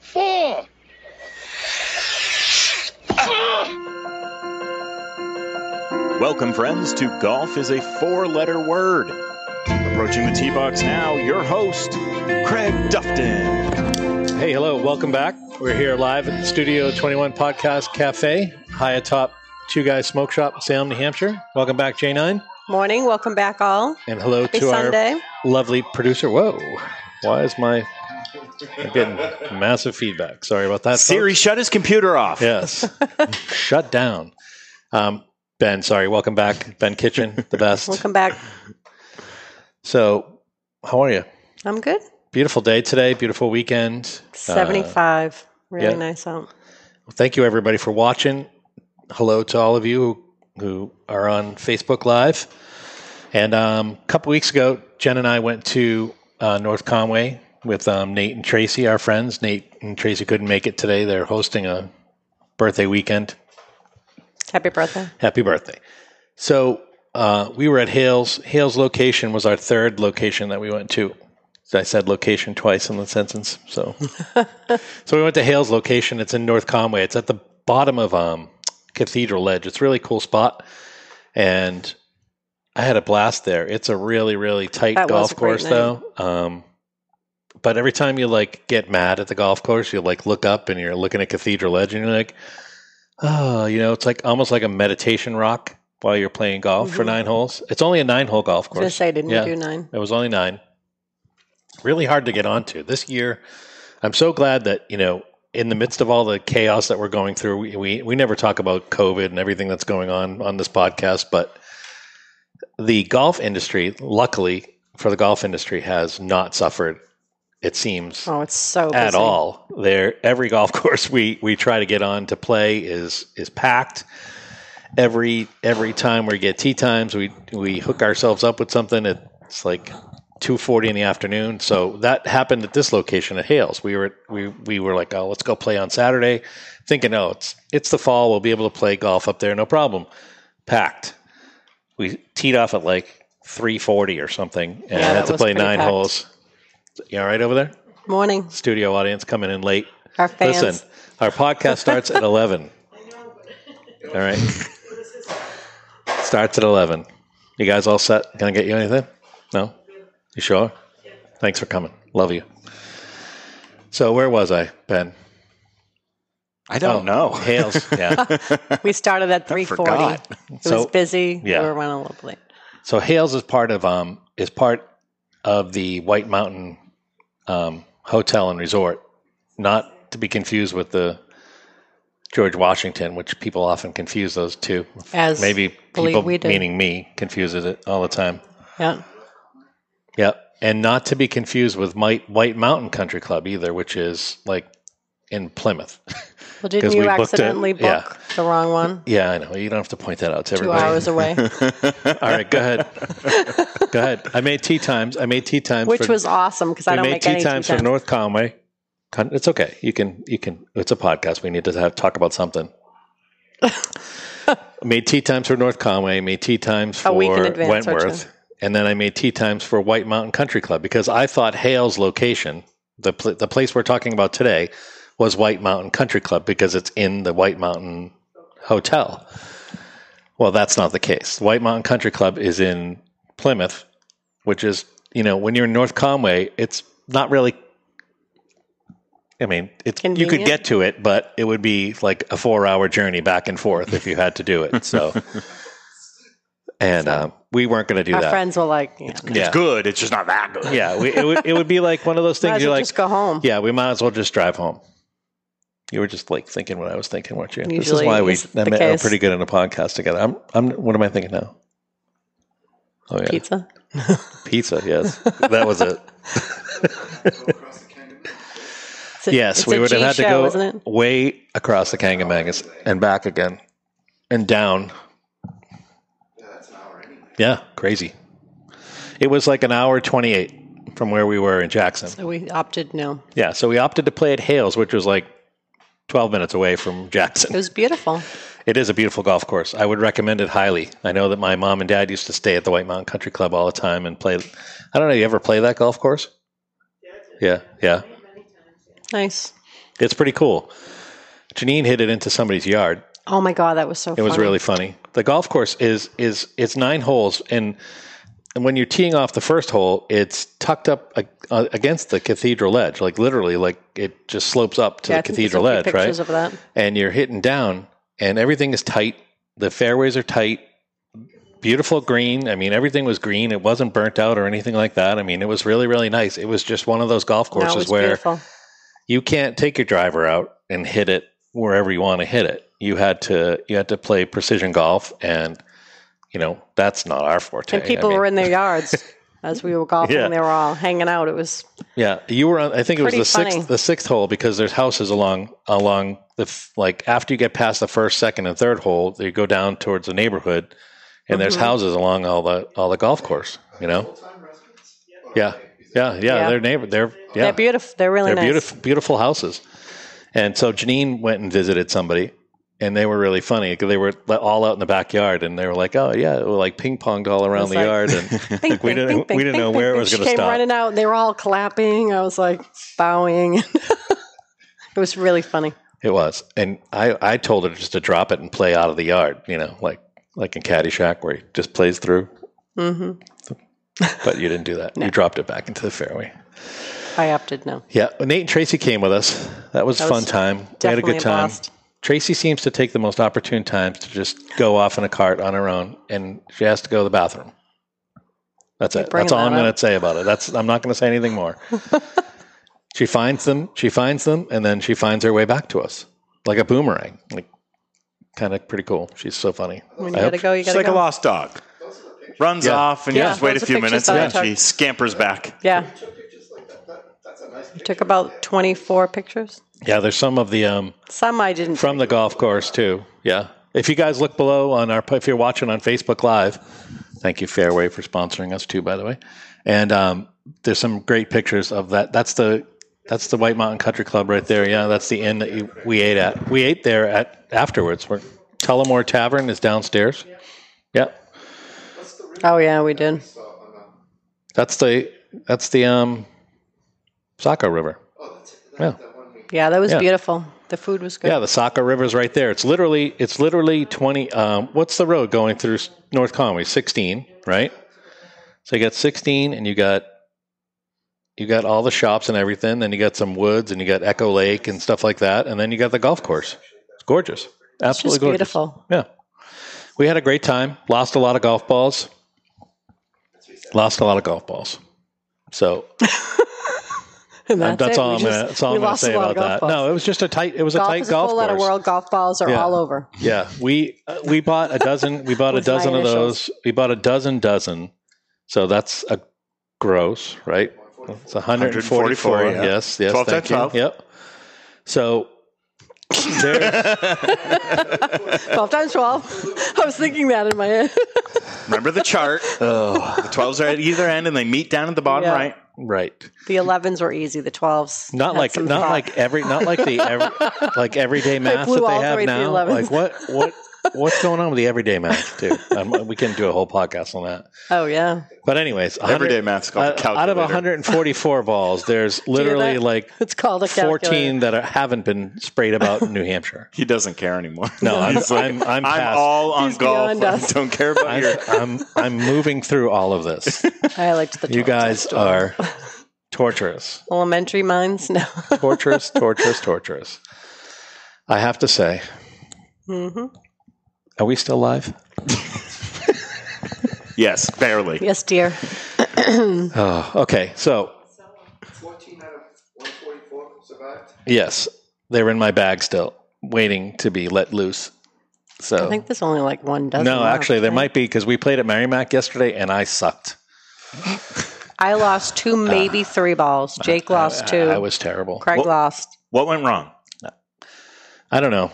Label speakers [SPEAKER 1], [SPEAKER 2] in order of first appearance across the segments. [SPEAKER 1] Four.
[SPEAKER 2] Welcome, friends, to Golf is a Four Letter Word. Approaching the tee box now, your host, Craig Dufton.
[SPEAKER 3] Hey, hello, welcome back. We're here live at the Studio 21 Podcast Cafe, high atop Two Guys Smoke Shop in Salem, New Hampshire. Welcome back, J9.
[SPEAKER 4] Morning. Welcome back, all.
[SPEAKER 3] And hello
[SPEAKER 4] Happy
[SPEAKER 3] to
[SPEAKER 4] Sunday.
[SPEAKER 3] our lovely producer. Whoa, why is my. I'm getting massive feedback. Sorry about that. folks.
[SPEAKER 2] Siri shut his computer off.
[SPEAKER 3] Yes. Shut down. Um, ben, sorry, welcome back. Ben Kitchen, the best.
[SPEAKER 4] Welcome back.
[SPEAKER 3] So, how are you?
[SPEAKER 4] I'm good.
[SPEAKER 3] Beautiful day today, beautiful weekend. Uh,
[SPEAKER 4] 75. Really
[SPEAKER 3] yeah.
[SPEAKER 4] nice out.
[SPEAKER 3] thank you everybody for watching hello to all of you who, who are on facebook live and um, a couple weeks ago jen and i went to uh, north conway with um, nate and tracy our friends nate and tracy couldn't make it today they're hosting a birthday weekend
[SPEAKER 4] Happy birthday.
[SPEAKER 3] happy birthday so uh, we were at hale's hale's location was our third location that we went to i said location twice in the sentence so so we went to Hale's location. It's in North Conway. It's at the bottom of um, Cathedral Ledge. It's a really cool spot, and I had a blast there. It's a really really tight
[SPEAKER 4] That
[SPEAKER 3] golf
[SPEAKER 4] was a great
[SPEAKER 3] course
[SPEAKER 4] night.
[SPEAKER 3] though. Um, but every time you like get mad at the golf course, you like look up and you're looking at Cathedral Ledge, and you're like, oh, you know, it's like almost like a meditation rock while you're playing golf for
[SPEAKER 4] Mhm.
[SPEAKER 3] nine holes. It's only a nine hole golf
[SPEAKER 4] I was going to
[SPEAKER 3] course.
[SPEAKER 4] say, didn't
[SPEAKER 3] Yeah.
[SPEAKER 4] we do nine?
[SPEAKER 3] It was only nine. Really hard to get onto this year. I'm so glad that you know, in the midst of all the chaos that we're going through, we we, we never talk about COVID and everything that's going on on this podcast, but the golf industry, luckily for the golf industry, has not suffered. It seems
[SPEAKER 4] Oh, it's so busy.
[SPEAKER 3] at all. There, every golf course we we try to get on to play is is packed. Every every time we get tee times, we we hook ourselves up with something. It's like two forty in the afternoon. So that happened at this location at Hales. We were we we were like, oh, let's go play on Saturday, thinking, oh, it's it's the fall. We'll be able to play golf up there, no problem. Packed. We teed off at like three forty or something, and
[SPEAKER 4] Yeah,
[SPEAKER 3] had
[SPEAKER 4] that
[SPEAKER 3] to
[SPEAKER 4] was
[SPEAKER 3] play
[SPEAKER 4] pretty
[SPEAKER 3] nine
[SPEAKER 4] packed.
[SPEAKER 3] holes. You all right over there?
[SPEAKER 4] Morning.
[SPEAKER 3] studio audience coming in late.
[SPEAKER 4] Our fans.
[SPEAKER 3] Listen, our podcast starts at 11. All right. Starts at 11. You guys all set? Can I get you anything? No? You sure? Thanks for coming. Love you. So, where was I, Ben?
[SPEAKER 2] I
[SPEAKER 3] Oh,
[SPEAKER 2] don't know.
[SPEAKER 3] Hales. Yeah.
[SPEAKER 4] We started at
[SPEAKER 2] forgot.
[SPEAKER 4] 340. It
[SPEAKER 3] So-
[SPEAKER 4] was busy.
[SPEAKER 3] yeah.
[SPEAKER 4] We were running a little late.
[SPEAKER 3] so, Hales is part of um is part of the White Mountain um, Hotel and Resort, not to be confused with the George Washington, which people often confuse those two.
[SPEAKER 4] As
[SPEAKER 3] Maybe
[SPEAKER 4] believe
[SPEAKER 3] people,
[SPEAKER 4] we do.
[SPEAKER 3] meaning me, confuses it all the time.
[SPEAKER 4] Yeah.
[SPEAKER 3] Yep. And not to be confused with Might, White Mountain Country Club either, which is like in Plymouth.
[SPEAKER 4] Well,
[SPEAKER 3] 'Cause
[SPEAKER 4] didn't
[SPEAKER 3] we
[SPEAKER 4] you
[SPEAKER 3] booked it.
[SPEAKER 4] accidentally book
[SPEAKER 3] Yeah.
[SPEAKER 4] the wrong one?
[SPEAKER 3] yeah, I know. You don't have to point that out to
[SPEAKER 4] Two
[SPEAKER 3] everybody.
[SPEAKER 4] hours away,
[SPEAKER 3] All right, go ahead. go ahead. I made tea times. I made tea times.
[SPEAKER 4] which
[SPEAKER 3] for-
[SPEAKER 4] was awesome because
[SPEAKER 3] we
[SPEAKER 4] I don't
[SPEAKER 3] made
[SPEAKER 4] make
[SPEAKER 3] tea
[SPEAKER 4] any
[SPEAKER 3] times
[SPEAKER 4] tea
[SPEAKER 3] for
[SPEAKER 4] times.
[SPEAKER 3] North Conway. Con- It's okay. You can. You can. It's a podcast. We need to have talk about something. I made tea times for North Conway. Made tea times for
[SPEAKER 4] A week in advance, aren't
[SPEAKER 3] Wentworth, and then I made tea times for White Mountain Country Club because I thought Hale's location, the pl- the place we're talking about today, was White Mountain Country Club because it's in the White Mountain Hotel. Well, that's not the case. White Mountain Country Club is in Plymouth, which is you know when you're in North Conway, it's not really. I mean, it's you could
[SPEAKER 4] Convenient.
[SPEAKER 3] get to it, but it would be like a four-hour journey back and forth if you had to do it. So, and um, we weren't going to do
[SPEAKER 4] Our
[SPEAKER 3] that.
[SPEAKER 4] friends were like, yeah, no.
[SPEAKER 3] yeah,
[SPEAKER 2] Good. It's just not that good.
[SPEAKER 3] yeah, we, it would it would be like one of those
[SPEAKER 4] might
[SPEAKER 3] things.
[SPEAKER 4] as
[SPEAKER 3] You're
[SPEAKER 4] well
[SPEAKER 3] like,
[SPEAKER 4] just go home.
[SPEAKER 3] yeah, we might as well just drive home. You were just like thinking what I was thinking, weren't you? this is
[SPEAKER 4] Usually
[SPEAKER 3] why we
[SPEAKER 4] is
[SPEAKER 3] I
[SPEAKER 4] the
[SPEAKER 3] mean, are
[SPEAKER 4] case.
[SPEAKER 3] pretty good in a podcast together. I'm, I'm. What am I thinking now? Oh yeah, pizza.
[SPEAKER 4] Pizza.
[SPEAKER 3] yes, that was it.
[SPEAKER 4] It's a-
[SPEAKER 3] Yes,
[SPEAKER 4] it's
[SPEAKER 3] we
[SPEAKER 4] a
[SPEAKER 3] would have
[SPEAKER 4] G
[SPEAKER 3] had to
[SPEAKER 4] show,
[SPEAKER 3] go
[SPEAKER 4] isn't it?
[SPEAKER 3] way across the Kangamangas and back again, and down. Yeah, crazy. It was like an hour twenty-eight from where we were in Jackson.
[SPEAKER 4] So we opted no.
[SPEAKER 3] Yeah, so we opted to play at Hales, which was like 12 minutes away from
[SPEAKER 4] It
[SPEAKER 3] Jackson.
[SPEAKER 4] was beautiful.
[SPEAKER 3] It is a beautiful golf course. I would recommend it highly. I know that my mom and dad used to stay at the White Mountain Country Club all the time and play. I don't know, you ever play that golf course? Yeah, yeah.
[SPEAKER 4] Nice.
[SPEAKER 3] It's pretty cool. Janine hit it into somebody's yard.
[SPEAKER 4] Oh my god, that was so.
[SPEAKER 3] It was really funny. The golf course is is it's nine holes, and and when you're teeing off the first hole, it's tucked up ag- uh, against the cathedral edge, like literally, like it just slopes up to
[SPEAKER 4] Yeah, I
[SPEAKER 3] the
[SPEAKER 4] think there's a
[SPEAKER 3] cathedral
[SPEAKER 4] few
[SPEAKER 3] edge, right?
[SPEAKER 4] Pictures of that.
[SPEAKER 3] and you're hitting down, and everything is tight. The fairways are tight. Beautiful green. I mean, everything was green. It wasn't burnt out or anything like that. I mean, it was really, really nice. It was just one of those golf
[SPEAKER 4] No, it
[SPEAKER 3] courses
[SPEAKER 4] was
[SPEAKER 3] where
[SPEAKER 4] beautiful.
[SPEAKER 3] you can't take your driver out and hit it wherever you want to hit it. You had to you had to play precision golf, and you know that's not our forte.
[SPEAKER 4] and people
[SPEAKER 3] I mean,
[SPEAKER 4] were in their yards as we were golfing.
[SPEAKER 3] Yeah.
[SPEAKER 4] They were all hanging out. It was
[SPEAKER 3] yeah, you were on. I think it was
[SPEAKER 4] Pretty
[SPEAKER 3] the
[SPEAKER 4] funny.
[SPEAKER 3] sixth the sixth hole because there's houses along along the f- like after you get past the first, second, and third hole, you go down towards the neighborhood, and there's
[SPEAKER 4] Mm-hmm.
[SPEAKER 3] houses along all the all the golf course. You know, yeah, yeah, yeah.
[SPEAKER 4] Yeah.
[SPEAKER 3] They're neighbor. They're yeah.
[SPEAKER 4] they're beautiful. They're really
[SPEAKER 3] They're
[SPEAKER 4] nice.
[SPEAKER 3] beautiful, beautiful houses. And so Janine went and visited somebody, and they were really funny. 'cause They were le- all out in the backyard, and they were like, "Oh yeah," it was like ping ponged all around
[SPEAKER 4] was
[SPEAKER 3] the
[SPEAKER 4] like-
[SPEAKER 3] yard, and
[SPEAKER 4] Bing,
[SPEAKER 3] we
[SPEAKER 4] bing,
[SPEAKER 3] didn't-
[SPEAKER 4] bing, bing,
[SPEAKER 3] we didn't
[SPEAKER 4] bing,
[SPEAKER 3] know
[SPEAKER 4] bing,
[SPEAKER 3] where it
[SPEAKER 4] bing.
[SPEAKER 3] was
[SPEAKER 4] She
[SPEAKER 3] gonna
[SPEAKER 4] came
[SPEAKER 3] stop.
[SPEAKER 4] running out. and They were all clapping. I was like bowing. it was really funny.
[SPEAKER 3] it was. And I, I told her just to drop it and play out of the yard, you know, like like in Caddyshack where he just plays through.
[SPEAKER 4] hmm
[SPEAKER 3] But you didn't do that. You dropped it back into the fairway.
[SPEAKER 4] I opted no.
[SPEAKER 3] Yeah, well, Nate and Tracy came with us. That was a
[SPEAKER 4] That
[SPEAKER 3] fun
[SPEAKER 4] was
[SPEAKER 3] time. We had a
[SPEAKER 4] definitely
[SPEAKER 3] good time.
[SPEAKER 4] blast.
[SPEAKER 3] Tracy seems to take the most opportune times to just go off in a cart on her own, and she has to go to the bathroom. That's it.
[SPEAKER 4] bringing
[SPEAKER 3] That's all
[SPEAKER 4] that
[SPEAKER 3] I'm going
[SPEAKER 4] up.
[SPEAKER 3] to say about it. That's I'm not going to say anything more. she finds them. She finds them, and then she finds her way back to us like a boomerang. Like kind of pretty cool. She's so funny. I
[SPEAKER 4] When you gotta
[SPEAKER 3] hope-
[SPEAKER 4] go, you
[SPEAKER 2] She's
[SPEAKER 4] gotta
[SPEAKER 2] like
[SPEAKER 4] go.
[SPEAKER 2] a lost dog. Runs
[SPEAKER 3] Yeah.
[SPEAKER 2] off, and you
[SPEAKER 4] Yeah,
[SPEAKER 2] just wait
[SPEAKER 4] lots
[SPEAKER 2] a
[SPEAKER 4] of
[SPEAKER 2] few
[SPEAKER 4] pictures
[SPEAKER 2] minutes,
[SPEAKER 4] that
[SPEAKER 2] and
[SPEAKER 4] I
[SPEAKER 2] then
[SPEAKER 4] took.
[SPEAKER 2] she scampers back.
[SPEAKER 4] Yeah,
[SPEAKER 1] pictures like that. that that's a nice picture.
[SPEAKER 4] took about twenty four pictures.
[SPEAKER 3] Yeah, there's some of the um,
[SPEAKER 4] Some I didn't.
[SPEAKER 3] from the golf course too. Yeah. If you guys look below on our, if you're watching on Facebook Live, thank you Fairway for sponsoring us too, by the way. And um, there's some great pictures of that. That's the that's the White Mountain Country Club right there. Yeah, that's the inn that you, we ate at. We ate there at afterwards. We're, Tullamore Tavern is downstairs. Yeah,
[SPEAKER 4] oh yeah, we did.
[SPEAKER 3] that's the that's the um, Saco River.
[SPEAKER 4] Yeah, that was
[SPEAKER 3] Yeah.
[SPEAKER 4] beautiful. The food was good.
[SPEAKER 3] Yeah, the Saco River's right there. It's literally it's literally twenty. Um, what's the road going through s- North Conway? Sixteen, right? So you got sixteen, and you got you got all the shops and everything. Then you got some woods, and you got Echo Lake and stuff like that. And then you got the golf course. It's gorgeous,
[SPEAKER 4] it's
[SPEAKER 3] absolutely
[SPEAKER 4] just
[SPEAKER 3] gorgeous.
[SPEAKER 4] beautiful.
[SPEAKER 3] Yeah, we had a great time. Lost a lot of golf balls. Lost a lot of golf balls. So
[SPEAKER 4] And
[SPEAKER 3] that's,
[SPEAKER 4] it.
[SPEAKER 3] all
[SPEAKER 4] We
[SPEAKER 3] I'm
[SPEAKER 4] just-
[SPEAKER 3] gonna, that's all
[SPEAKER 4] we
[SPEAKER 3] I'm gonna
[SPEAKER 4] lost a
[SPEAKER 3] say about
[SPEAKER 4] lot of
[SPEAKER 3] that.
[SPEAKER 4] golf balls.
[SPEAKER 3] No, it was just a tight. It was a
[SPEAKER 4] golf
[SPEAKER 3] tight
[SPEAKER 4] is a
[SPEAKER 3] golf
[SPEAKER 4] full lot of
[SPEAKER 3] course.
[SPEAKER 4] world golf balls are
[SPEAKER 3] Yeah.
[SPEAKER 4] all over.
[SPEAKER 3] Yeah, we uh, we bought a dozen. We bought a
[SPEAKER 4] With my
[SPEAKER 3] dozen of
[SPEAKER 4] initials.
[SPEAKER 3] those. We bought a dozen dozen. So that's a gross, right? It's 144.
[SPEAKER 2] 144, yeah.
[SPEAKER 3] Yes, yes.
[SPEAKER 2] 12
[SPEAKER 3] thank
[SPEAKER 2] times
[SPEAKER 3] you.
[SPEAKER 2] 12.
[SPEAKER 3] Yep. So there,
[SPEAKER 4] 12 times 12. I was thinking that in my head.
[SPEAKER 2] Remember the chart.
[SPEAKER 3] Oh.
[SPEAKER 2] The 12s are at either end, and they meet down at the bottom
[SPEAKER 4] Yeah.
[SPEAKER 2] right.
[SPEAKER 3] right.
[SPEAKER 4] The 11s were easy. The 12s.
[SPEAKER 3] Not
[SPEAKER 4] had
[SPEAKER 3] like
[SPEAKER 4] some
[SPEAKER 3] not
[SPEAKER 4] thought.
[SPEAKER 3] like every not like the every, like everyday math
[SPEAKER 4] blew
[SPEAKER 3] that
[SPEAKER 4] all
[SPEAKER 3] they
[SPEAKER 4] the
[SPEAKER 3] have
[SPEAKER 4] way through
[SPEAKER 3] now.
[SPEAKER 4] 11s.
[SPEAKER 3] Like what what what's going on with the everyday math too? Um, we can do a whole podcast on that.
[SPEAKER 4] Oh, yeah.
[SPEAKER 3] But anyways, 100
[SPEAKER 2] Everyday math's called a
[SPEAKER 3] out- out of
[SPEAKER 2] calculator.
[SPEAKER 3] 144 balls, there's
[SPEAKER 4] hear
[SPEAKER 3] literally
[SPEAKER 4] that?
[SPEAKER 3] like
[SPEAKER 4] It's called a calculator.
[SPEAKER 3] 14 that are, haven't been sprayed about in New Hampshire.
[SPEAKER 2] He doesn't care anymore.
[SPEAKER 3] No, I'm-
[SPEAKER 2] He's like,
[SPEAKER 3] I'm- I'm past-
[SPEAKER 2] all on
[SPEAKER 4] He's
[SPEAKER 2] golf.
[SPEAKER 4] beyond
[SPEAKER 2] I
[SPEAKER 4] us.
[SPEAKER 2] don't care about your.
[SPEAKER 3] I'm, I'm, I'm moving through all of this.
[SPEAKER 4] I liked the 12s.
[SPEAKER 3] You guys are torturous,
[SPEAKER 4] Elementary minds? No.
[SPEAKER 3] torturous, torturous, torturous. I have to say,
[SPEAKER 4] hmm
[SPEAKER 2] Mm-hmm.
[SPEAKER 3] are we still live?
[SPEAKER 2] Yes, barely.
[SPEAKER 4] Yes, dear.
[SPEAKER 3] Oh, okay. So,
[SPEAKER 1] 14 out of 144 survived.
[SPEAKER 3] yes, they're in my bag still, waiting to be let loose. So,
[SPEAKER 4] I think there's only like one dozen.
[SPEAKER 3] no,
[SPEAKER 4] left,
[SPEAKER 3] actually, there
[SPEAKER 4] right?
[SPEAKER 3] might be because we played at Merrimack yesterday and I sucked.
[SPEAKER 4] I lost two, maybe three balls. Jake lost two.
[SPEAKER 3] Ah. I, I was terrible.
[SPEAKER 4] Craig
[SPEAKER 2] Well-
[SPEAKER 4] lost.
[SPEAKER 2] What went wrong?
[SPEAKER 3] I don't know.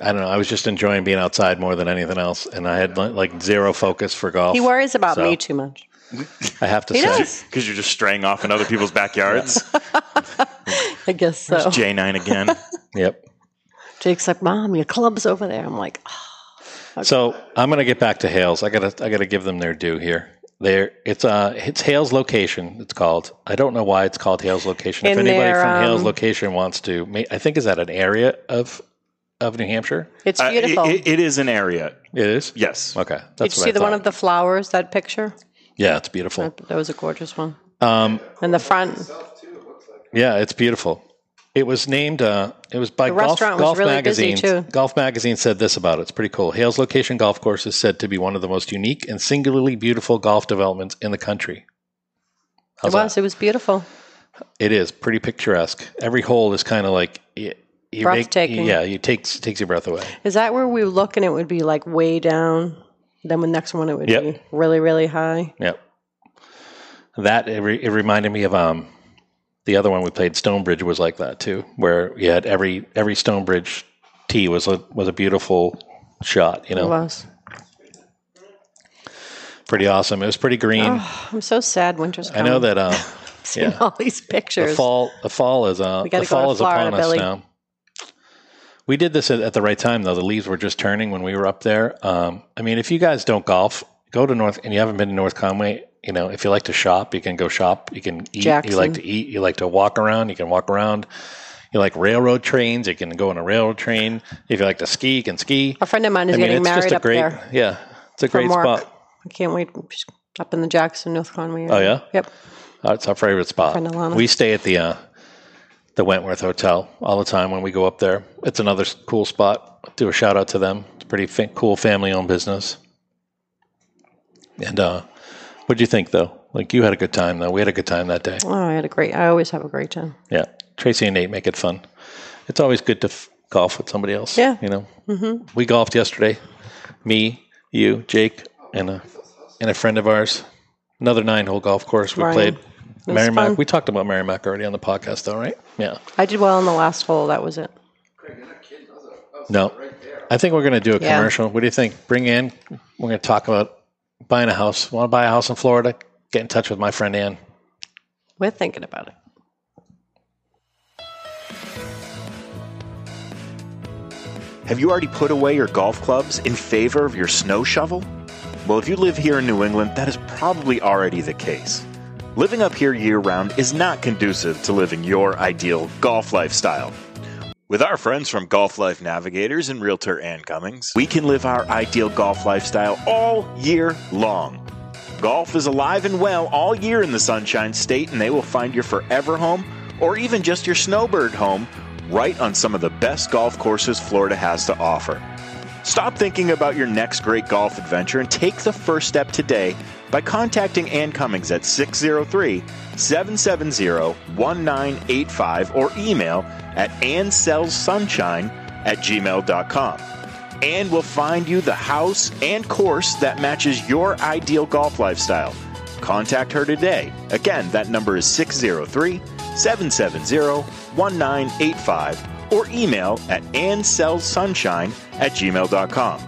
[SPEAKER 3] I don't know. I was just enjoying being outside more than anything else, and I had li- like zero focus for golf.
[SPEAKER 4] He worries about
[SPEAKER 3] So-
[SPEAKER 4] me too much.
[SPEAKER 3] I have to
[SPEAKER 4] He
[SPEAKER 3] say,
[SPEAKER 4] does.
[SPEAKER 2] Because you're just straying off in other people's backyards.
[SPEAKER 4] I guess so.
[SPEAKER 2] J9 again.
[SPEAKER 3] yep.
[SPEAKER 4] Jake's like, Mom, your club's over there. I'm like, "Ah."
[SPEAKER 3] So I'm going to get back to Hales. I gotta, I gotta give them their due here. There, it's uh, it's Hale's location. It's called. I don't know why it's called Hale's location. if
[SPEAKER 4] In
[SPEAKER 3] anybody
[SPEAKER 4] their,
[SPEAKER 3] from Hale's
[SPEAKER 4] um,
[SPEAKER 3] location wants to, ma- I think is that an area of of New Hampshire?
[SPEAKER 4] It's
[SPEAKER 2] Uh, it-
[SPEAKER 4] beautiful.
[SPEAKER 2] it- it is an area.
[SPEAKER 3] It is.
[SPEAKER 2] Yes.
[SPEAKER 3] Okay, that's
[SPEAKER 4] Did you
[SPEAKER 3] what
[SPEAKER 4] see
[SPEAKER 3] I
[SPEAKER 4] the one
[SPEAKER 3] thought.
[SPEAKER 4] of the flowers? That picture?
[SPEAKER 3] yeah, it's beautiful.
[SPEAKER 4] That, that was a gorgeous one.
[SPEAKER 3] Um,
[SPEAKER 4] And the front.
[SPEAKER 1] Itself too, it looks like.
[SPEAKER 3] yeah, it's beautiful. It was named. Uh, it was by
[SPEAKER 4] The
[SPEAKER 3] Golf,
[SPEAKER 4] restaurant was
[SPEAKER 3] Golf
[SPEAKER 4] really busy,
[SPEAKER 3] Magazine.
[SPEAKER 4] too.
[SPEAKER 3] Golf Magazine said this about it. It's pretty cool. Hale's location golf course is said to be one of the most unique and singularly beautiful golf developments in the country.
[SPEAKER 4] It
[SPEAKER 3] How's that?
[SPEAKER 4] was. It was beautiful.
[SPEAKER 3] It is pretty picturesque. Every hole is kind of like you, you make-
[SPEAKER 4] Breathtaking.
[SPEAKER 3] yeah, you takes takes your breath away.
[SPEAKER 4] Is that where we would look and it would be like way down? Then the next one it would
[SPEAKER 3] Yep.
[SPEAKER 4] be really, really high.
[SPEAKER 3] Yep. That it, re, it reminded me of um the other one we played. Stonebridge was like that too, where you had every every Stonebridge tee was a was a beautiful shot. You
[SPEAKER 4] It
[SPEAKER 3] know,
[SPEAKER 4] was.
[SPEAKER 3] pretty awesome. It was pretty green.
[SPEAKER 4] I'm so sad winter's
[SPEAKER 3] I
[SPEAKER 4] coming.
[SPEAKER 3] know that. Um, yeah.
[SPEAKER 4] all these
[SPEAKER 3] the
[SPEAKER 4] pictures.
[SPEAKER 3] fall the fall is uh,
[SPEAKER 4] gotta
[SPEAKER 3] the
[SPEAKER 4] go
[SPEAKER 3] fall
[SPEAKER 4] to
[SPEAKER 3] is upon
[SPEAKER 4] Florida,
[SPEAKER 3] us
[SPEAKER 4] Billy.
[SPEAKER 3] now. We did this at, at the right time though. The leaves were just turning when we were up there. Um, I mean, if you guys don't golf, go to North and you haven't been to North Conway. You know, if you like to shop, you can go shop. You can eat. You like
[SPEAKER 4] Jackson.
[SPEAKER 3] to eat. You like to walk around. You can walk around. You like railroad trains. You can go on a railroad train. If you like to ski, you can ski.
[SPEAKER 4] A friend of mine is
[SPEAKER 3] I mean,
[SPEAKER 4] getting
[SPEAKER 3] it's just
[SPEAKER 4] married
[SPEAKER 3] a
[SPEAKER 4] up
[SPEAKER 3] great.
[SPEAKER 4] there
[SPEAKER 3] Yeah, it's a
[SPEAKER 4] from
[SPEAKER 3] great
[SPEAKER 4] work.
[SPEAKER 3] spot.
[SPEAKER 4] I can't wait. She's Up in the Jackson, North Conway. area.
[SPEAKER 3] Oh, yeah?
[SPEAKER 4] Yep.
[SPEAKER 3] Uh, it's our favorite spot.
[SPEAKER 4] Friend Alana.
[SPEAKER 3] We stay at the uh, the Wentworth Hotel all the time when we go up there. It's another s- cool spot. Do a shout out to them. It's a pretty fa- cool family owned business. And uh, what do you think though? Like you had a good time though. We had a good time that day.
[SPEAKER 4] Oh, I had a great. I always have a great time.
[SPEAKER 3] Yeah, Tracy and Nate make it fun. It's always good to f- golf with somebody else.
[SPEAKER 4] Yeah.
[SPEAKER 3] you know. Mm-hmm. We golfed yesterday. Me, you, Jake, and a and a friend of ours. Another nine hole golf course we
[SPEAKER 4] Ryan.
[SPEAKER 3] played.
[SPEAKER 4] was
[SPEAKER 3] Merrimack.
[SPEAKER 4] fun.
[SPEAKER 3] We talked about Merrimack already on the podcast, though, right? Yeah.
[SPEAKER 4] I did well on the last hole. That was it.
[SPEAKER 1] Craig, you're not kidding. Those are, those
[SPEAKER 3] No.
[SPEAKER 1] are right there.
[SPEAKER 3] I think we're going to do a
[SPEAKER 4] Yeah.
[SPEAKER 3] commercial. What do you think? Bring in. We're going to talk about buying a house. Want to buy a house in Florida? Get in touch with my friend Ann.
[SPEAKER 4] We're thinking about it.
[SPEAKER 2] Have you already put away your golf clubs in favor of your snow shovel? Well, if you live here in New England, that is probably already the case. Living up here year round is not conducive to living your ideal golf lifestyle. With our friends from Golf Life Navigators and Realtor Ann Cummings, we can live our ideal golf lifestyle all year long. Golf is alive and well all year in the Sunshine State, and they will find your forever home or even just your snowbird home right on some of the best golf courses Florida has to offer. Stop thinking about your next great golf adventure and take the first step today by contacting Ann Cummings at 603 770 1985 or email at ansellsunshine at gmail.com and will find you the house and course that matches your ideal golf lifestyle. Contact her today. Again, that number is 603 770 1985 or email at ansellsunshine at gmail.com.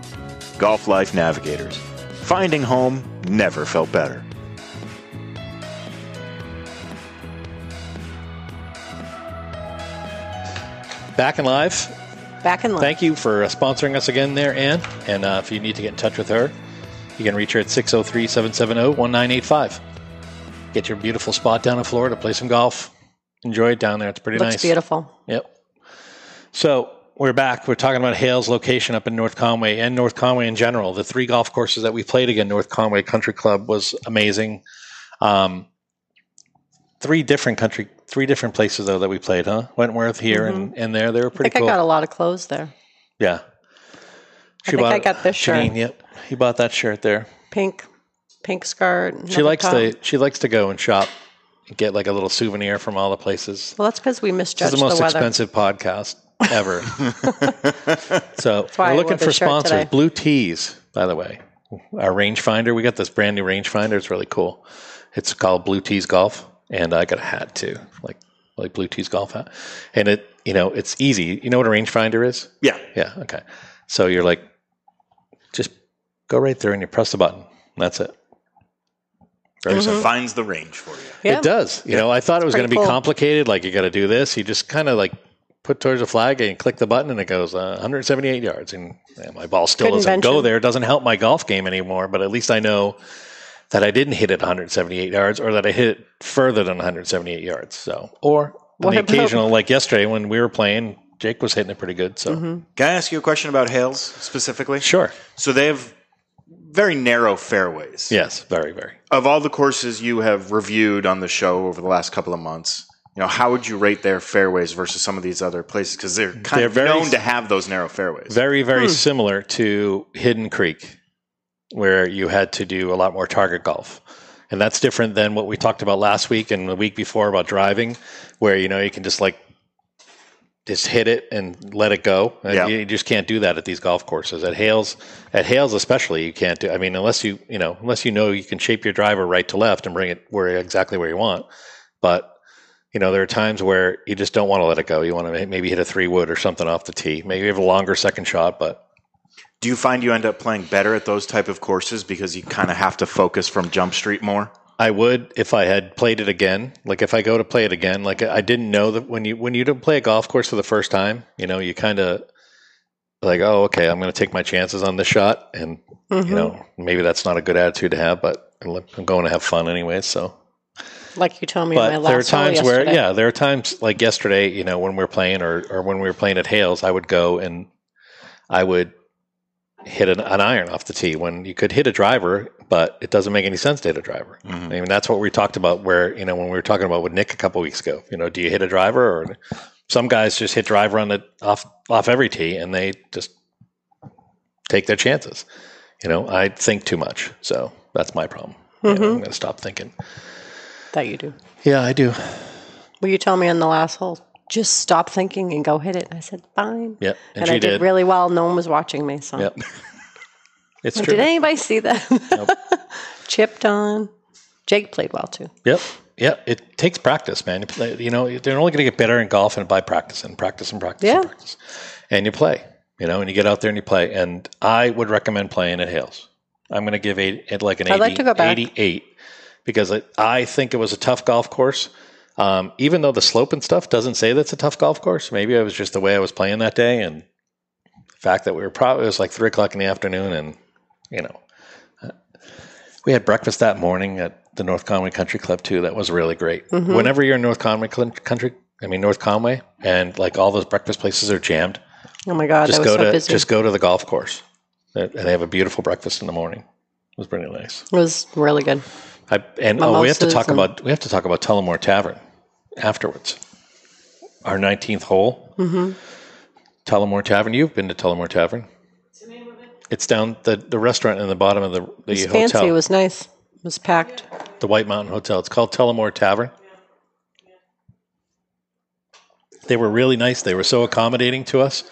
[SPEAKER 2] Golf Life Navigators. Finding home never felt better.
[SPEAKER 3] Back and live.
[SPEAKER 4] Back in line.
[SPEAKER 3] Thank you for uh, sponsoring us again there, Ann. And uh, if you need to get in touch with her, you can reach her at 603 770 1985. Get your beautiful spot down in Florida, play some golf, enjoy it down there. It's pretty
[SPEAKER 4] Looks
[SPEAKER 3] nice.
[SPEAKER 4] beautiful.
[SPEAKER 3] Yep. So we're back. We're talking about Hale's location up in North Conway and North Conway in general. The three golf courses that we played again, North Conway Country Club was amazing. Um, three different country, three different places though that we played, huh? Wentworth here and, and there. They were
[SPEAKER 4] Mm-hmm. I
[SPEAKER 3] pretty
[SPEAKER 4] think
[SPEAKER 3] cool.
[SPEAKER 4] I got a lot of clothes there.
[SPEAKER 3] Yeah. She
[SPEAKER 4] think I got this shirt.
[SPEAKER 3] Janine, yep. He bought that shirt there.
[SPEAKER 4] Pink, pink skirt. another
[SPEAKER 3] She likes
[SPEAKER 4] top.
[SPEAKER 3] to she likes to go and shop and get like a little souvenir from all the places.
[SPEAKER 4] Well, that's because we
[SPEAKER 3] This
[SPEAKER 4] misjudged
[SPEAKER 3] is
[SPEAKER 4] the,
[SPEAKER 3] the most
[SPEAKER 4] weather.
[SPEAKER 3] expensive podcast ever. so
[SPEAKER 4] why I
[SPEAKER 3] we're
[SPEAKER 4] wore
[SPEAKER 3] looking
[SPEAKER 4] this
[SPEAKER 3] for
[SPEAKER 4] shirt
[SPEAKER 3] sponsors.
[SPEAKER 4] today.
[SPEAKER 3] Blue Tees, by the way. Our rangefinder. We got this brand new rangefinder. It's really cool. It's called Blue Tees Golf. And I got a hat too. Like like Blue Tees golf hat. And it you know, it's easy. You know what a rangefinder is?
[SPEAKER 2] Yeah.
[SPEAKER 3] Yeah. Okay. So you're like, just go right there and you press the button. That's it.
[SPEAKER 2] There's a finds the range for you.
[SPEAKER 4] Yeah.
[SPEAKER 3] It does. You know, I thought it was going
[SPEAKER 4] pretty
[SPEAKER 3] to be
[SPEAKER 4] cool.
[SPEAKER 3] complicated. Like you got to do this. You just kind of like put towards the flag and click the button, and it goes uh, 178 yards. And yeah, my ball still
[SPEAKER 4] Good
[SPEAKER 3] doesn't go
[SPEAKER 4] invention.
[SPEAKER 3] there. It doesn't help my golf game anymore. But at least I know that I didn't hit it 178 yards or that I hit it further than 178 yards. So, or on
[SPEAKER 4] What
[SPEAKER 3] the
[SPEAKER 4] about-
[SPEAKER 3] occasional, like yesterday when we were playing, Jake was hitting it pretty good. So,
[SPEAKER 4] Mhm.
[SPEAKER 2] Can I ask you a question about Hales specifically?
[SPEAKER 3] sure.
[SPEAKER 2] So they have very narrow fairways.
[SPEAKER 3] Yes. Very, very.
[SPEAKER 2] Of all the courses you have reviewed on the show over the last couple of months, you know, how would you rate their fairways versus some of these other places? Because they're kind
[SPEAKER 3] They're
[SPEAKER 2] of
[SPEAKER 3] very-
[SPEAKER 2] known to have those narrow fairways.
[SPEAKER 3] Very, very similar to Hidden Creek, where you had to do a lot more target golf. And that's different than what we talked about last week and the week before about driving, where you know you can just like just hit it and let it go. And
[SPEAKER 2] Yeah.
[SPEAKER 3] you, you just can't do that at these golf courses. At Hales, at Hales especially, you can't do. I mean, unless you you know unless you know you can shape your driver right to left and bring it where exactly where you want. But you know, there are times where you just don't want to let it go. You want to maybe hit a three wood or something off the tee. Maybe you have a longer second shot, but
[SPEAKER 2] Do you find you end up playing better at those type of courses because you kind of have to focus from jump street more?
[SPEAKER 3] I would if I had played it again. Like if I go to play it again, like I didn't know that when you when you don't play a golf course for the first time, you know, you kind of like, oh, okay, I'm going to take my chances on this shot, and
[SPEAKER 4] Mhm.
[SPEAKER 3] you know, maybe that's not a good attitude to have, but I'm going to have fun anyway. So
[SPEAKER 4] like you told me in my
[SPEAKER 3] but
[SPEAKER 4] last
[SPEAKER 3] there are times
[SPEAKER 4] hole
[SPEAKER 3] where
[SPEAKER 4] yesterday.
[SPEAKER 3] yeah there are times like yesterday you know when we were playing or, or when we were playing at hales i would go and i would hit an, an iron off the tee when you could hit a driver but it doesn't make any sense to hit a driver i mean that's what we talked about where you know when we were talking about with nick a couple weeks ago you know do you hit a driver or some guys just hit driver on the off off every tee and they just take their chances you know i think too much so that's my problem You
[SPEAKER 4] Mm-hmm.
[SPEAKER 3] know, i'm going to stop thinking
[SPEAKER 4] that you do.
[SPEAKER 3] yeah i do
[SPEAKER 4] Well, you told me in the last hole, just stop thinking and go hit it. And I said fine.
[SPEAKER 3] Yep, and,
[SPEAKER 4] And,
[SPEAKER 3] she
[SPEAKER 4] I did,
[SPEAKER 3] did.
[SPEAKER 4] really well. No one was watching me. So
[SPEAKER 3] Yep, it's
[SPEAKER 4] Like,
[SPEAKER 3] true.
[SPEAKER 4] did anybody see that? Chipped on. Jake played well too.
[SPEAKER 3] Yep, yep. It takes practice, man. You, play, you know, they're only going to get better in golf and by practice and practice and practice
[SPEAKER 4] Yeah.
[SPEAKER 3] and practice. And you play, you know, and you get out there and you play. And I would recommend playing at Hales. I'm going to give eight, at like an 80,
[SPEAKER 4] I'd like to go back.
[SPEAKER 3] 88 because I, I think it was a tough golf course. Um, even though the slope and stuff doesn't say that's a tough golf course, maybe it was just the way I was playing that day and the fact that we were probably, it was like three o'clock in the afternoon and, you know, uh, we had breakfast that morning at the North Conway Country Club too. That was really great.
[SPEAKER 4] Mm-hmm.
[SPEAKER 3] Whenever you're in North Conway Cl- Country, I mean North Conway, and like all those breakfast places are jammed.
[SPEAKER 4] Oh my god,
[SPEAKER 3] Just
[SPEAKER 4] that
[SPEAKER 3] go
[SPEAKER 4] was so
[SPEAKER 3] to
[SPEAKER 4] busy.
[SPEAKER 3] just go to the golf course, and they have a beautiful breakfast in the morning. It was pretty nice.
[SPEAKER 4] it was really good.
[SPEAKER 3] I, and oh, we have to
[SPEAKER 4] Mimosas
[SPEAKER 3] talk
[SPEAKER 4] and-
[SPEAKER 3] about we have to talk about Tullamore Tavern afterwards. Our nineteenth hole, mm-hmm. Tullamore Tavern. You've been to Tullamore Tavern. It's down the, the restaurant in the bottom of the, the
[SPEAKER 4] It was
[SPEAKER 3] hotel.
[SPEAKER 4] fancy. It was nice. It was packed.
[SPEAKER 3] the White Mountain Hotel. It's called Tullamore Tavern. They were really nice. They were so accommodating to us.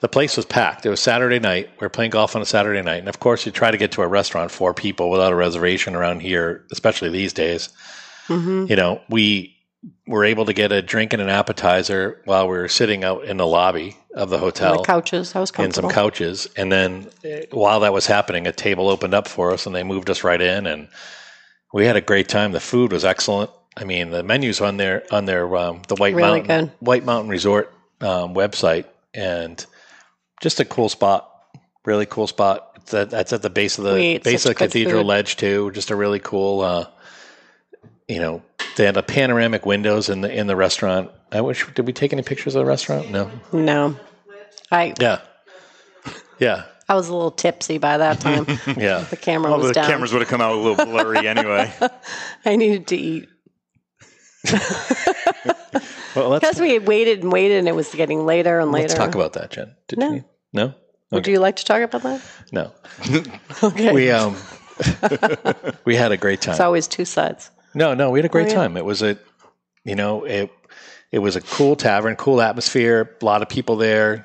[SPEAKER 3] The place was packed. It was Saturday night. We were playing golf on a Saturday night. And of course, you try to get to a restaurant for people without a reservation around here, especially these days.
[SPEAKER 4] Mm-hmm.
[SPEAKER 3] You know, we were able to get a drink and an appetizer while we were sitting out in the lobby of the
[SPEAKER 4] And
[SPEAKER 3] hotel
[SPEAKER 4] The couches. I was
[SPEAKER 3] and
[SPEAKER 4] comfortable.
[SPEAKER 3] some couches. And then eh, while that was happening, a table opened up for us and they moved us right in and we had a great time. The food was excellent. I mean, the menus on their on their um, the White
[SPEAKER 4] Really
[SPEAKER 3] Mountain
[SPEAKER 4] good.
[SPEAKER 3] White Mountain Resort um, website and just a cool spot. Really cool spot. It's at- That's at the base of
[SPEAKER 4] We
[SPEAKER 3] the
[SPEAKER 4] ate
[SPEAKER 3] base of
[SPEAKER 4] such
[SPEAKER 3] the
[SPEAKER 4] good
[SPEAKER 3] cathedral
[SPEAKER 4] food.
[SPEAKER 3] ledge too. Just a really cool uh, you know, they had a panoramic windows in the in the restaurant. I wish did we take any pictures of the restaurant? No.
[SPEAKER 4] No, I
[SPEAKER 3] Yeah. Yeah.
[SPEAKER 4] I was a little tipsy by that time.
[SPEAKER 3] Yeah.
[SPEAKER 4] the camera
[SPEAKER 2] Well,
[SPEAKER 4] was
[SPEAKER 2] the
[SPEAKER 4] down.
[SPEAKER 2] cameras would have come out a little blurry anyway.
[SPEAKER 4] I needed to eat
[SPEAKER 3] Well, let's,
[SPEAKER 4] because we had waited and waited, and it was getting later and later.
[SPEAKER 3] let's talk about that, Jen. Did
[SPEAKER 4] No.
[SPEAKER 3] you? No?
[SPEAKER 4] Would you like to talk about that?
[SPEAKER 3] No.
[SPEAKER 4] Okay,
[SPEAKER 3] We um we had a great time.
[SPEAKER 4] it's always two sides.
[SPEAKER 3] no, no, we had a great
[SPEAKER 4] Oh, yeah.
[SPEAKER 3] time. It was a you know, it it was a cool tavern, cool atmosphere, a lot of people there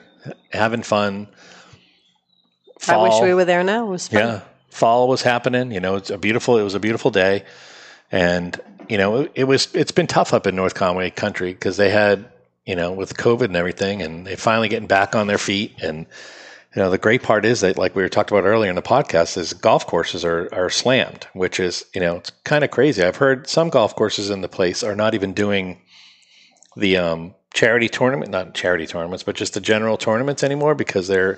[SPEAKER 3] having fun.
[SPEAKER 4] I wish
[SPEAKER 3] Fall.
[SPEAKER 4] we were there now. It was fun.
[SPEAKER 3] Yeah, fall was happening. You know, it's a beautiful. It was a beautiful day, and you know, it, it was. It's been tough up in North Conway Country because they had you know with COVID and everything, and they finally getting back on their feet. And you know, the great part is that, like we were talked about earlier in the podcast, is golf courses are are slammed, which is you know it's kind of crazy. I've heard some golf courses in the place are not even doing the um charity tournament not charity tournaments but just the general tournaments anymore because they're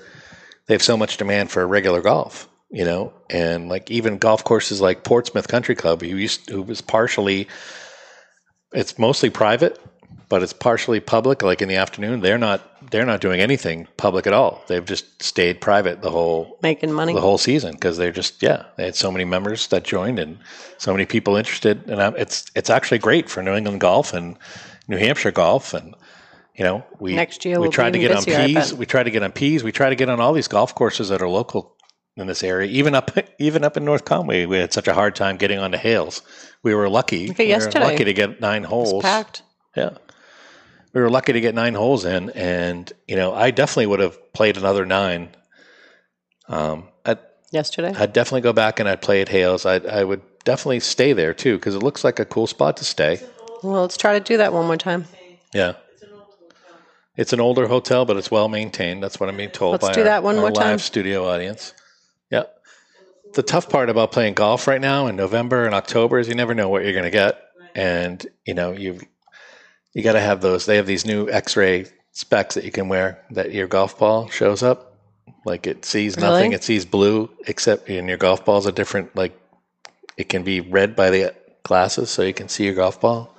[SPEAKER 3] they have so much demand for regular golf. you know, and like even golf courses like Portsmouth Country Club, who used who was partially, it's mostly private, but it's partially public. Like in the afternoon, they're not they're not doing anything public at all. They've just stayed private the whole
[SPEAKER 4] making money.
[SPEAKER 3] the whole season because they're just yeah they had so many members that joined and so many people interested and I'm, it's it's actually great for New England golf and New Hampshire golf and you know we
[SPEAKER 4] Next year
[SPEAKER 3] we
[SPEAKER 4] will be
[SPEAKER 3] tried to
[SPEAKER 4] even
[SPEAKER 3] get on
[SPEAKER 4] busier, I
[SPEAKER 3] peas
[SPEAKER 4] bet.
[SPEAKER 3] we tried to get on peas we tried to get on all these golf courses that are local in this area even up even up in North Conway we had such a hard time getting onto Hales we were lucky
[SPEAKER 4] Okay,
[SPEAKER 3] we were
[SPEAKER 4] yesterday.
[SPEAKER 3] lucky to get nine holes
[SPEAKER 4] It's packed.
[SPEAKER 3] yeah. We were lucky to get nine holes in, and you know, I definitely would have played another nine. Um, I'd,
[SPEAKER 4] Yesterday,
[SPEAKER 3] I'd definitely go back and I'd play at Hales. I I would definitely stay there too because it looks like a cool spot to stay.
[SPEAKER 4] well, let's try to do that one more time.
[SPEAKER 3] Yeah, it's an older hotel, but it's well maintained. That's what I'm being told
[SPEAKER 4] Let's
[SPEAKER 3] by
[SPEAKER 4] do
[SPEAKER 3] our,
[SPEAKER 4] that one
[SPEAKER 3] our
[SPEAKER 4] more
[SPEAKER 3] live
[SPEAKER 4] time.
[SPEAKER 3] studio audience. Yeah, the tough part about playing golf right now in November and October is you never know what you're going to get, and you know you you got to have those. They have these new X-ray specs that you can wear that your golf ball shows up like it sees
[SPEAKER 4] Really?
[SPEAKER 3] nothing. It sees blue except and your golf ball's a different like it can be read by the glasses so you can see your golf ball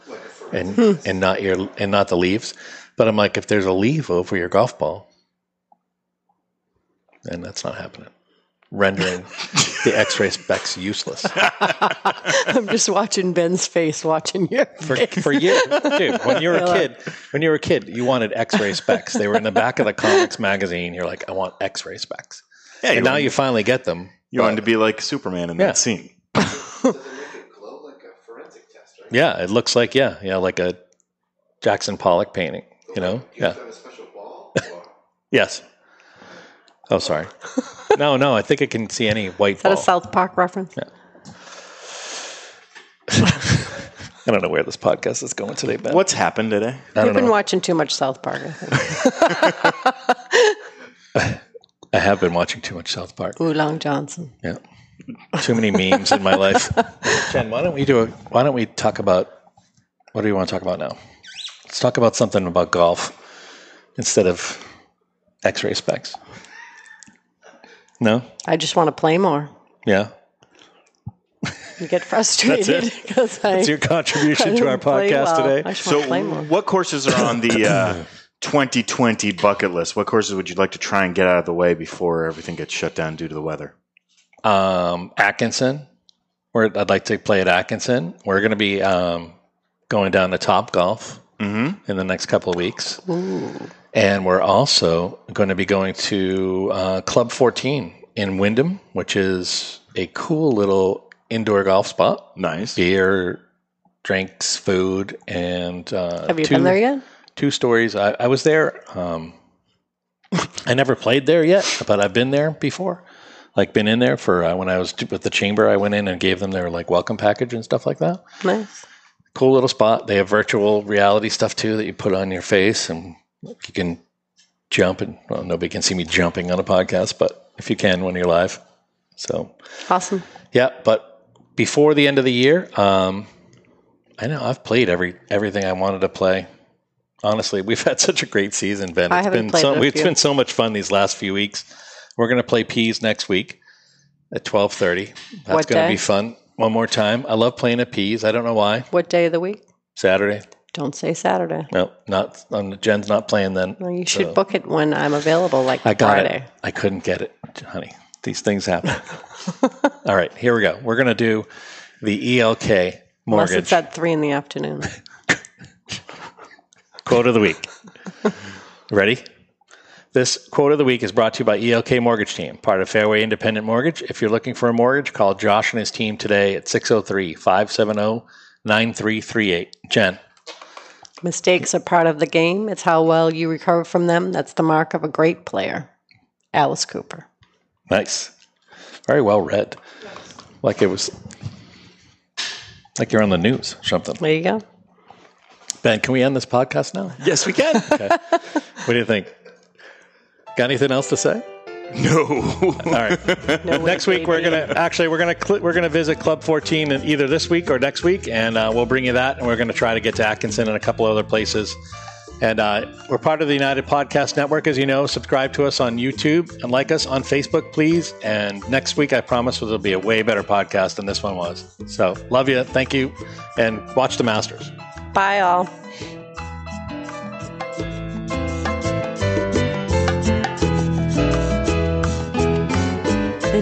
[SPEAKER 3] and and not your and not the leaves. But I'm like, if there's a leaf over your golf ball, then that's not happening. Rendering the X-ray specs useless
[SPEAKER 4] I'm just watching Ben's face, watching you.
[SPEAKER 3] for for you, dude. When you were a
[SPEAKER 4] Really?
[SPEAKER 3] kid, when you were a kid, you wanted X-ray specs. They were in the back of the comics magazine. You're like, I want X-ray specs,
[SPEAKER 2] Yeah,
[SPEAKER 3] and now
[SPEAKER 2] want-
[SPEAKER 3] you finally get them.
[SPEAKER 2] you
[SPEAKER 3] but-
[SPEAKER 2] wanted to be like Superman in
[SPEAKER 3] Yeah.
[SPEAKER 2] that scene.
[SPEAKER 1] Does it make it glow like a forensic test, right?
[SPEAKER 3] Yeah, it looks like yeah, yeah, like a Jackson Pollock painting. You know?
[SPEAKER 1] Do you
[SPEAKER 3] Yeah.
[SPEAKER 1] have to have a special ball? Or
[SPEAKER 3] Yes. Oh, sorry. No, no. I think I can see any white
[SPEAKER 4] Is that
[SPEAKER 3] ball.
[SPEAKER 4] a South Park reference?
[SPEAKER 3] I don't know where this podcast is going today, but
[SPEAKER 2] What's happened today?
[SPEAKER 3] I
[SPEAKER 4] We've
[SPEAKER 3] don't
[SPEAKER 4] been
[SPEAKER 3] know.
[SPEAKER 4] watching too much South Park. I think.
[SPEAKER 3] I have been watching too much South Park.
[SPEAKER 4] Ooh, Long Johnson.
[SPEAKER 3] Yeah. Too many memes in my life. Jen, why don't we do a? Why don't we talk about? What do we want to talk about now? Let's talk about something about golf instead of X-ray specs. No.
[SPEAKER 4] I just want to play more.
[SPEAKER 3] Yeah.
[SPEAKER 4] You get frustrated
[SPEAKER 3] it.
[SPEAKER 4] because I
[SPEAKER 3] It's your contribution to our
[SPEAKER 4] play
[SPEAKER 3] podcast
[SPEAKER 4] well.
[SPEAKER 3] today.
[SPEAKER 4] I just
[SPEAKER 2] So,
[SPEAKER 4] want to play more.
[SPEAKER 2] what courses are on the uh, 2020 bucket list? What courses would you like to try and get out of the way before everything gets shut down due to the weather?
[SPEAKER 3] um, Atkinson, or I'd like to play at Atkinson. We're going to be um, going down to Top Golf in the next couple of weeks, and we're also going to be going to uh, Club 14 in Wyndham, which is a cool little indoor golf spot.
[SPEAKER 2] Nice.
[SPEAKER 3] Beer, drinks, food, and uh,
[SPEAKER 4] Have you
[SPEAKER 3] two-
[SPEAKER 4] been there yet?
[SPEAKER 3] two stories. I, I was there. Um, I never played there yet, but I've been there before. Like been in there for uh, when I was with the chamber. I went in and gave them their like welcome package and stuff like that.
[SPEAKER 4] Nice.
[SPEAKER 3] Cool little spot. They have virtual reality stuff too that you put on your face and like, you can jump and well nobody can see me jumping on a podcast, but if you can when you're live. So
[SPEAKER 4] Awesome.
[SPEAKER 3] yeah, but before the end of the year, um, I know I've played every everything I wanted to play. Honestly, we've had such a great season, Ben.
[SPEAKER 4] I
[SPEAKER 3] It's
[SPEAKER 4] haven't
[SPEAKER 3] been
[SPEAKER 4] played
[SPEAKER 3] so
[SPEAKER 4] in a
[SPEAKER 3] it's
[SPEAKER 4] few.
[SPEAKER 3] been so much fun these last few weeks. We're gonna play peas next week at twelve thirty. That's
[SPEAKER 4] What
[SPEAKER 3] gonna
[SPEAKER 4] day?
[SPEAKER 3] be fun. One more time. I love playing at peas. I don't know why.
[SPEAKER 4] What day of the week?
[SPEAKER 3] Saturday.
[SPEAKER 4] Don't say Saturday.
[SPEAKER 3] No, not um, Jen's not playing then.
[SPEAKER 4] Well, you should book it when I'm available, like
[SPEAKER 3] I got
[SPEAKER 4] Friday.
[SPEAKER 3] it. I couldn't get it, honey. These things happen. All right, here we go. We're gonna do the ELK
[SPEAKER 4] Unless
[SPEAKER 3] mortgage.
[SPEAKER 4] it's at three in the afternoon.
[SPEAKER 3] Quote of the week. Ready? This quote of the week is brought to you by ELK Mortgage Team, part of Fairway Independent Mortgage. If you're looking for a mortgage, call Josh and his team today at 603 570 9338. Jen.
[SPEAKER 4] Mistakes are part of the game. It's how well you recover from them. That's the mark of a great player. Alice Cooper.
[SPEAKER 3] Nice. Very well read. Like it was like you're on the news or something.
[SPEAKER 4] There you go.
[SPEAKER 3] Ben, can we end this podcast now?
[SPEAKER 2] Yes, we can.
[SPEAKER 3] What do you think? Got anything else to say?
[SPEAKER 2] no.
[SPEAKER 3] All right.
[SPEAKER 4] No
[SPEAKER 3] Next week we're
[SPEAKER 4] baby.
[SPEAKER 3] gonna actually we're gonna cl- we're gonna visit Club 14 in either this week or next week, and uh, we'll bring you that, and we're gonna try to get to Atkinson and a couple other places And uh, we're part of the United Podcast Network, as you know. Subscribe to us on YouTube and like us on Facebook, please. And next week, I promise it'll be a way better podcast than this one was. So love you. Thank you. And watch the Masters.
[SPEAKER 4] Bye, all.
[SPEAKER 5] The